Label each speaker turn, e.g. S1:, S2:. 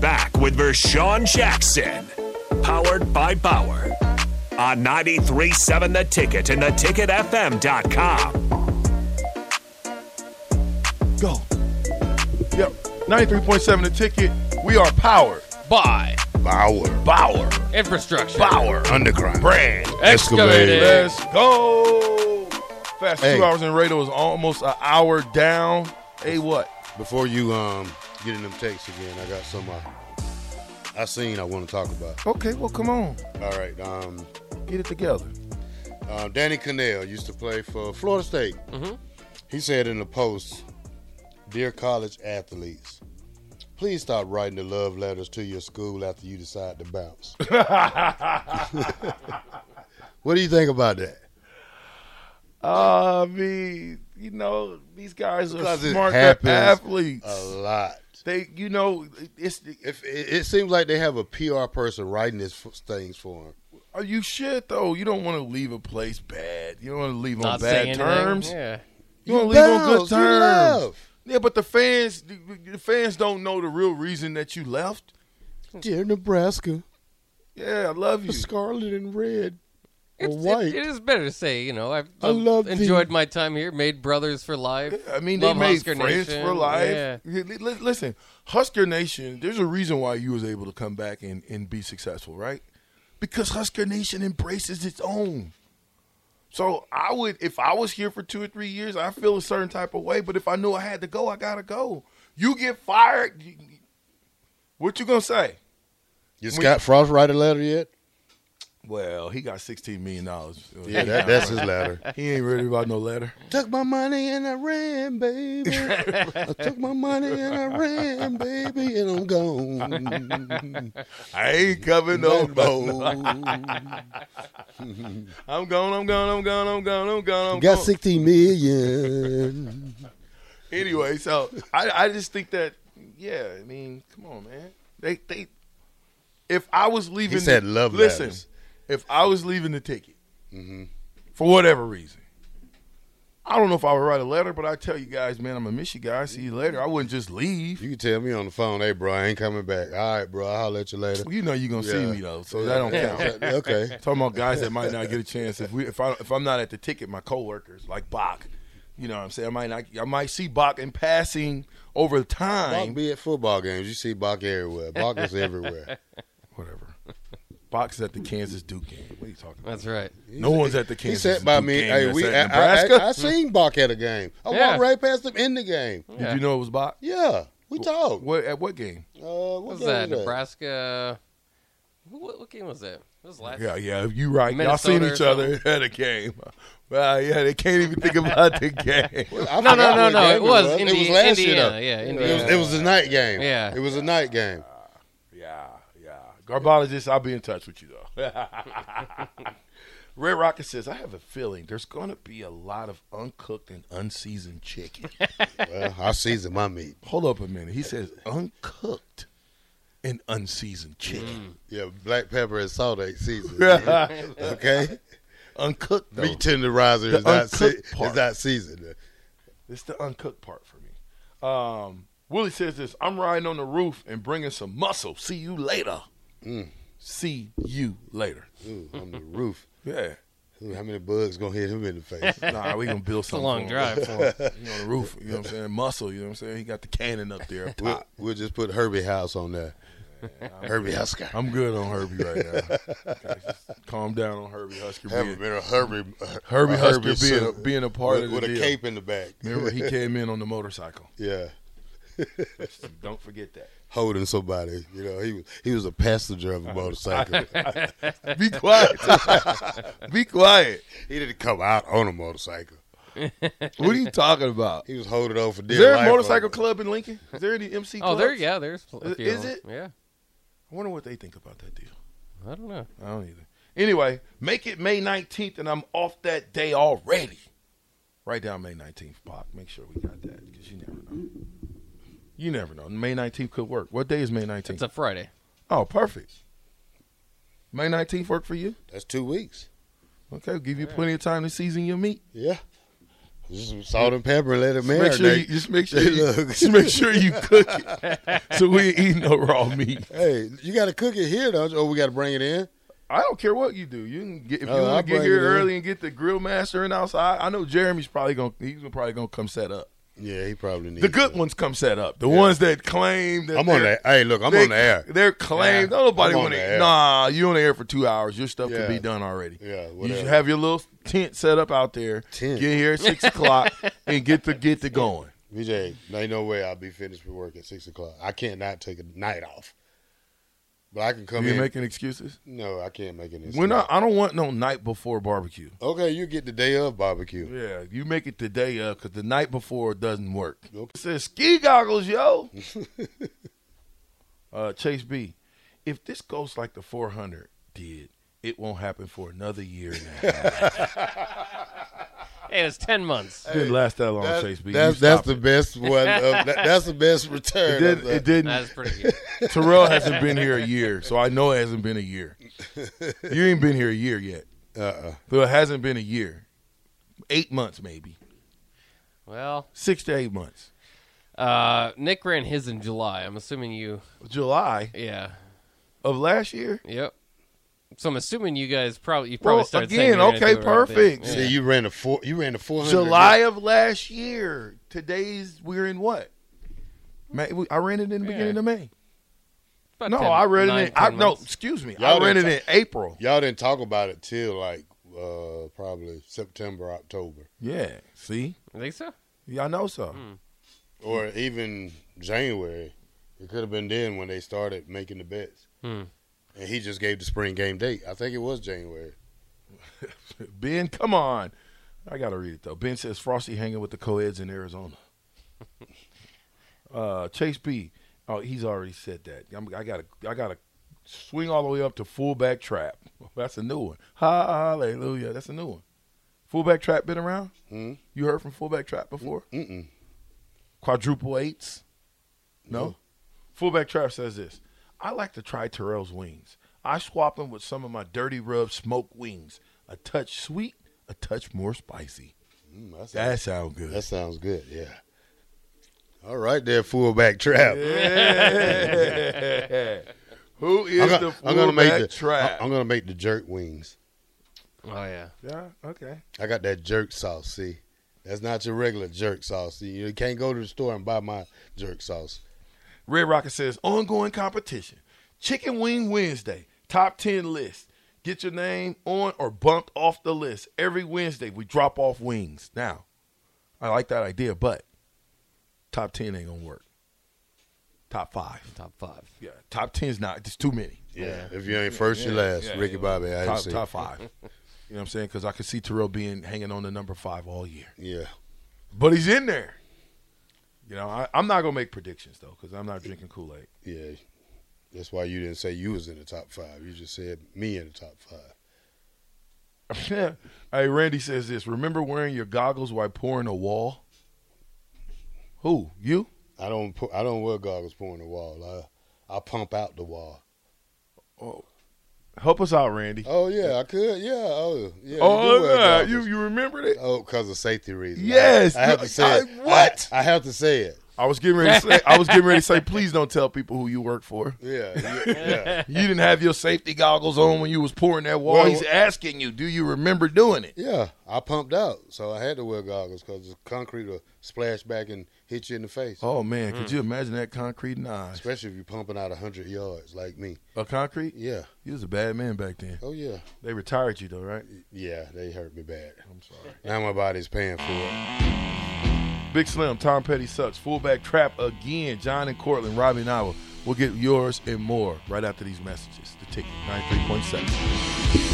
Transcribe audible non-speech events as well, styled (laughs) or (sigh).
S1: back with Vershawn Jackson, powered by Bauer, on 937 The Ticket and theticketfm.com.
S2: Go. Yep. 93.7 the ticket. We are powered.
S3: Buy.
S4: Bauer.
S2: Bauer.
S3: Infrastructure.
S4: Bauer. Underground.
S2: Brand.
S3: Excavated.
S4: Excavated.
S2: Let's go. Fast
S4: Hey.
S2: two hours in radio is almost an hour down. Hey, what?
S4: Before you um get in them takes again, I got some I, I seen I want to talk about.
S2: Okay, well, come on.
S4: All right. Um,
S2: Get it together.
S4: um, Danny Cannell used to play for Florida State.
S2: Mm-hmm.
S4: He said in the post, "Dear college athletes, please stop writing the love letters to your school after you decide
S2: (laughs)
S4: to bounce." what do you think about that?
S2: Uh, I mean, you know, these guys are
S4: Because it
S2: smart they're
S4: happens
S2: athletes.
S4: A lot.
S2: They, you know, it's
S4: If it, it seems like they have a PR person writing these f- things for him.
S2: are you shit though? You don't want to leave a place bad. You don't want to leave on
S3: Not saying
S2: bad
S3: anything.
S2: terms.
S3: Yeah.
S2: You want to leave on good
S4: bounce, you
S2: terms.
S4: left.
S2: Yeah, but the fans, the- the fans don't know the real reason that you left.
S4: Dear Nebraska,
S2: Yeah, I love you.
S4: scarlet and red or
S3: It's- it- it is better to say, you know, I've,
S4: I
S3: I've
S4: love
S3: enjoyed
S4: the-
S3: my time here, made brothers for life.
S2: I mean,
S3: love
S2: they made
S3: Husker
S2: friends
S3: Nation.
S2: for life.
S3: Yeah.
S2: Li- li- Listen, Husker Nation. There's a reason why you was able to come back and, and be successful, right? Because Husker Nation embraces its own. So I would, if I was here for two or three years, I feel a certain type of way. But if I knew I had to go, I gotta go. You get fired. you- you- what you gonna say?
S4: Did Scott Frost write a letter yet?
S2: Well, he got sixteen million dollars. (laughs)
S4: Yeah, that, that's his letter.
S2: he ain't really about no letter.
S4: Took my money and I ran, baby. I took my money and I ran, baby, and I'm gone.
S2: I ain't coming no
S4: No,
S2: no.
S4: no.
S2: I'm gone. I'm gone. I'm gone. I'm gone. I'm gone. I'm
S4: Got
S2: gone.
S4: 60 million.
S2: anyway, so I, I just think that yeah, I mean, come on, man. They they if I was leaving
S4: said
S2: the-
S4: love
S2: listen,
S4: letters. Mm-hmm.
S2: if I was leaving the ticket for whatever reason. I don't know if I would write a letter, but I tell you guys, man, I'm gonna miss you guys. See you later. I wouldn't just leave.
S4: You can tell me on the phone, hey, bro, I ain't coming back. All right, bro, I'll holler at you later.
S2: You know you're gonna
S4: Yeah.
S2: see me though, so that don't count.
S4: (laughs) okay.
S2: Talking about guys that might not get a chance if we if I if I'm not at the ticket, my coworkers like Bach, you know what I'm saying I might not I might see Bach in passing over time.
S4: Bach be at football games. You see Bach everywhere. Bach is everywhere.
S2: whatever. Box is at the Kansas Duke game. What are you talking about?
S3: That's right.
S2: no one's at the
S4: He
S2: Kansas.
S4: sat by
S2: Duke
S4: me.
S2: game
S4: Hey,
S2: that's
S4: we.
S2: at
S4: I,
S2: Nebraska.
S4: I, I, I seen Bach at a game. I
S3: Yeah.
S4: walked right past him in the game.
S2: Did you know it was Bach?
S4: Yeah, we talked.
S2: What at what game?
S4: Uh,
S3: What
S4: what
S3: was
S4: game
S3: that?
S4: was that?
S3: Nebraska. Who- What, what game was that? It was last.
S2: Yeah, yeah, you right. Y'all
S3: Minnesota
S2: seen
S3: or
S2: each other at a game. (laughs) Well, yeah, they can't even think about the (laughs) game.
S4: I
S3: No, no, no,
S4: forgot what
S3: no,
S4: game
S3: it was
S4: It was
S3: Indi-
S4: last
S3: Indiana,
S4: year.
S3: yeah,
S4: though. It was,
S3: Indiana.
S4: it was a night game.
S3: Yeah.
S4: It was a night game.
S2: (laughs) yeah, yeah. Garbologist, I'll be in touch with you though.
S3: (laughs)
S2: Red Rocket says, I have a feeling there's going to be a lot of uncooked and unseasoned
S3: (laughs)
S2: chicken.
S4: Well, I seasoned my meat.
S2: Hold up a minute. He says, uncooked and unseasoned
S3: Mm.
S2: chicken.
S4: Yeah, black pepper and salt ain't seasoned. (laughs) okay,
S2: uncooked, though.
S4: meat tenderizer
S2: The
S4: is not, se-
S2: uncooked part.
S4: is not seasoned.
S2: It's the uncooked part for me. Um, Willie says this I'm riding on the roof and bringing some muscle. See you later.
S3: Mm.
S2: See you later.
S4: Ooh, on the roof.
S2: Yeah.
S4: Ooh, how many bugs gonna hit him in the face?
S3: (laughs)
S2: Nah, we gonna build
S3: It's a
S2: something.
S3: long
S2: for him. (laughs)
S3: drive for him.
S2: You on the roof, you know what I'm saying? Muscle, you know what I'm saying? He got the cannon up there. (laughs) up
S4: We'll,
S2: top.
S4: we'll just put Herbie House on there. Herbie House.
S2: I'm good on Herbie right
S4: (laughs)
S2: now. Okay, just calm down on Herbie Husker. Beard.
S4: Haven't been a Herbie. uh,
S2: Herbie
S4: a
S2: Husker being a-
S4: suit
S2: being a part
S4: with,
S2: of the
S4: with a
S2: deal.
S4: cape in the back.
S2: Remember, he came in on the
S4: (laughs)
S2: motorcycle.
S4: Yeah,
S2: Don't forget that.
S4: holding somebody. You know, he was he was a passenger of
S2: (laughs)
S4: a motorcycle.
S2: Be quiet.
S4: (laughs)
S2: Be quiet.
S4: He didn't come out on a motorcycle.
S2: What are you talking about?
S4: He was holding on for dear
S2: Is there a
S4: life uh,
S2: motorcycle
S4: on-
S2: club in Lincoln? Is there any MC
S3: Oh,
S2: clubs?
S3: there. Yeah, there's. a
S2: Is-
S3: few of
S2: is
S3: them.
S2: it?
S3: Yeah.
S2: I wonder what they think about that deal.
S3: I don't know.
S2: I don't either. Anyway, make it May 19th, and I'm off that day already. Write down May 19th, Pop. Make sure we got that because you never know. You never know. May 19th could work. What day is May 19th?
S3: It's a Friday.
S2: oh, perfect. May 19th work for you?
S4: That's two weeks.
S2: Okay, give you plenty of time to season your meat.
S4: Yeah. Just salt and pepper and let it marinate.
S2: Make sure you, just make sure you,
S4: Look.
S2: just make sure you cook it. so we ain't eating no raw meat.
S4: hey, you got to cook it here, don't you? Oh, we got to bring it in.
S2: I don't care what you do. You can get if
S4: No,
S2: you
S4: I'll
S2: want to get
S4: bring
S2: here
S4: it in.
S2: early and get the grill master and outside. I know Jeremy's probably gonna he's probably gonna come set up.
S4: Yeah, he probably needs
S2: The good
S4: it.
S2: ones come set up. The ones that claim that
S4: I'm on
S2: they're-
S4: the. Hey, look, I'm
S2: they,
S4: on the air.
S2: They're claimed.
S4: Yeah,
S2: Don't nobody
S4: I'm on
S2: want
S4: the air.
S2: to. Nah, you on the air for two hours. Your stuff
S4: Yeah.
S2: could be done already.
S4: Yeah,
S2: you
S4: whatever.
S2: should have your little tent set up out there.
S4: Tent.
S2: Get here at six
S4: (laughs)
S2: o'clock and get the get the going.
S4: VJ, there ain't no way I'll be finished with work at six o'clock. I can't not take a night off, but I can come
S2: you
S4: in.
S2: making excuses?
S4: no, I can't make any.
S2: We're not. I don't want no night before barbecue.
S4: Okay, you get the day of barbecue.
S2: Yeah, you make it the day of because the night before doesn't work.
S4: Okay.
S2: It says ski goggles,
S4: (laughs)
S2: yo. uh, Chase B, if this goes like the 400 did, it won't happen for another year and
S4: (laughs)
S2: a half.
S3: Hey, it's
S2: (laughs)
S3: ten months.
S2: didn't last that long, Chase B. You
S4: that's that's
S2: stop
S4: the
S2: it.
S4: best one.
S2: (laughs)
S4: Of, that, that's the best return.
S2: It,
S4: of
S2: did,
S4: the-
S2: it didn't.
S3: That's pretty good.
S2: Terrell hasn't been here a year, so I know it hasn't been a
S4: (laughs)
S2: year. You ain't been here a year yet.
S4: uh-uh.
S2: So it hasn't been a year. Eight months, maybe.
S3: Well,
S2: Six to eight months.
S3: uh, Nick ran his in July. I'm assuming you.
S2: July
S3: Yeah.
S2: of last year.
S3: Yep. So I'm assuming you guys probably you probably
S2: Well,
S3: started
S2: again,
S3: saying you're gonna
S2: okay,
S3: do it around then.
S2: perfect.
S3: Yeah.
S4: See, you ran a four. You ran a four hundred.
S2: July of last year. Today's we're in what? May, we- I ran it in the beginning
S3: Yeah.
S2: of May.
S3: About
S2: No,
S3: 10
S2: I ran
S3: nine,
S2: it. In, I,
S3: 10
S2: no,
S3: months.
S2: excuse me.
S4: Y'all
S2: I ran it
S4: didn't
S2: in April.
S4: Y'all didn't talk about it till like uh, probably September, October,
S2: Yeah. See,
S3: You think so?
S2: y'all know so.
S4: or even January. It could have been then when they started making the bets.
S3: Hmm.
S4: And he just gave the spring game date. I think it was January.
S2: Ben, come on. I gotta read it though. Ben says Frosty hanging with the co-eds in Arizona. uh, Chase B. Oh, he's already said that. I'm, I gotta, I gotta swing all the way up to fullback trap. (laughs) That's a new one. Hallelujah. That's a new one. Fullback trap been around.
S4: Hmm?
S2: You heard from fullback trap before?
S4: Mm-mm.
S2: Quadruple eights. No.
S4: No.
S2: Fullback trap says this. I like to try Terrell's wings. I swap them with some of my dirty rub smoked wings. A touch sweet, a touch more spicy.
S4: Mm, that,
S2: That
S4: sounds,
S2: sounds
S4: that
S2: good.
S4: sounds good. Yeah. All right, there, fullback trap. (laughs)
S2: Who is
S4: I'm gonna,
S2: the
S4: I'm gonna make
S2: fullback
S4: the
S2: trap?
S4: I, am gonna make the jerk wings.
S3: Oh yeah.
S2: yeah, okay.
S4: I got that jerk sauce. See, that's not your regular jerk sauce. See, you can't go to the store and buy my jerk sauce.
S2: Red Rocket says ongoing competition. Chicken Wing Wednesday, top 10 list. Get your name on or bumped off the list. Every Wednesday, we drop off wings. Now, I like that idea, but top 10 ain't going to work. Top five.
S3: Top five.
S2: Yeah, top 10's not. It's too many.
S4: Yeah. If you ain't first, you last.
S2: yeah,
S4: Ricky
S2: yeah.
S4: Bobby, I
S2: Top,
S4: see.
S2: top five. You know what I'm saying? Because I could see Terrell being hanging on the number five all year.
S4: Yeah.
S2: But he's in there. You know, I, I'm not gonna make predictions though, because I'm not drinking Kool Aid.
S4: Yeah. That's why you didn't say you was in the top five. You just said me in the top five.
S2: (laughs) hey, Randy says this. Remember wearing your goggles while pouring a wall? Who you?
S4: I don't. Pu- I don't wear goggles pouring the wall. I I pump out the wall.
S2: Help us out, Randy.
S4: Oh yeah, I could. Yeah. Oh yeah.
S2: oh,
S4: do
S2: yeah,
S4: wear goggles.
S2: you you remembered it?
S4: Oh, because of safety reasons.
S2: Yes.
S4: I, I have
S2: No,
S4: to say it.
S2: I- what?
S4: I, I have to say it.
S2: I was getting
S4: (laughs)
S2: ready to say. I was getting ready to say. Please don't tell people who you work for.
S4: Yeah. (laughs) you- yeah.
S2: You didn't have your safety goggles on when you was pouring that wall.
S4: Well-
S2: He's asking you, do you remember doing it?
S4: Yeah, I pumped out, so I had to wear goggles because the concrete will splash back and hit you in the face.
S2: Oh man, could you imagine that concrete in the eyes?
S4: Especially if you're pumping out 100 yards like me.
S2: A concrete?
S4: Yeah.
S2: You was a bad man back then.
S4: Oh, yeah.
S2: They retired you though, right?
S4: Yeah, they hurt me bad.
S2: I'm sorry.
S4: Now my body's paying for it.
S2: Big Slim, Tom Petty sucks. Fullback trap again. John and Cortland, Robbie and I will get yours and more right after these messages. The ticket, 93.7.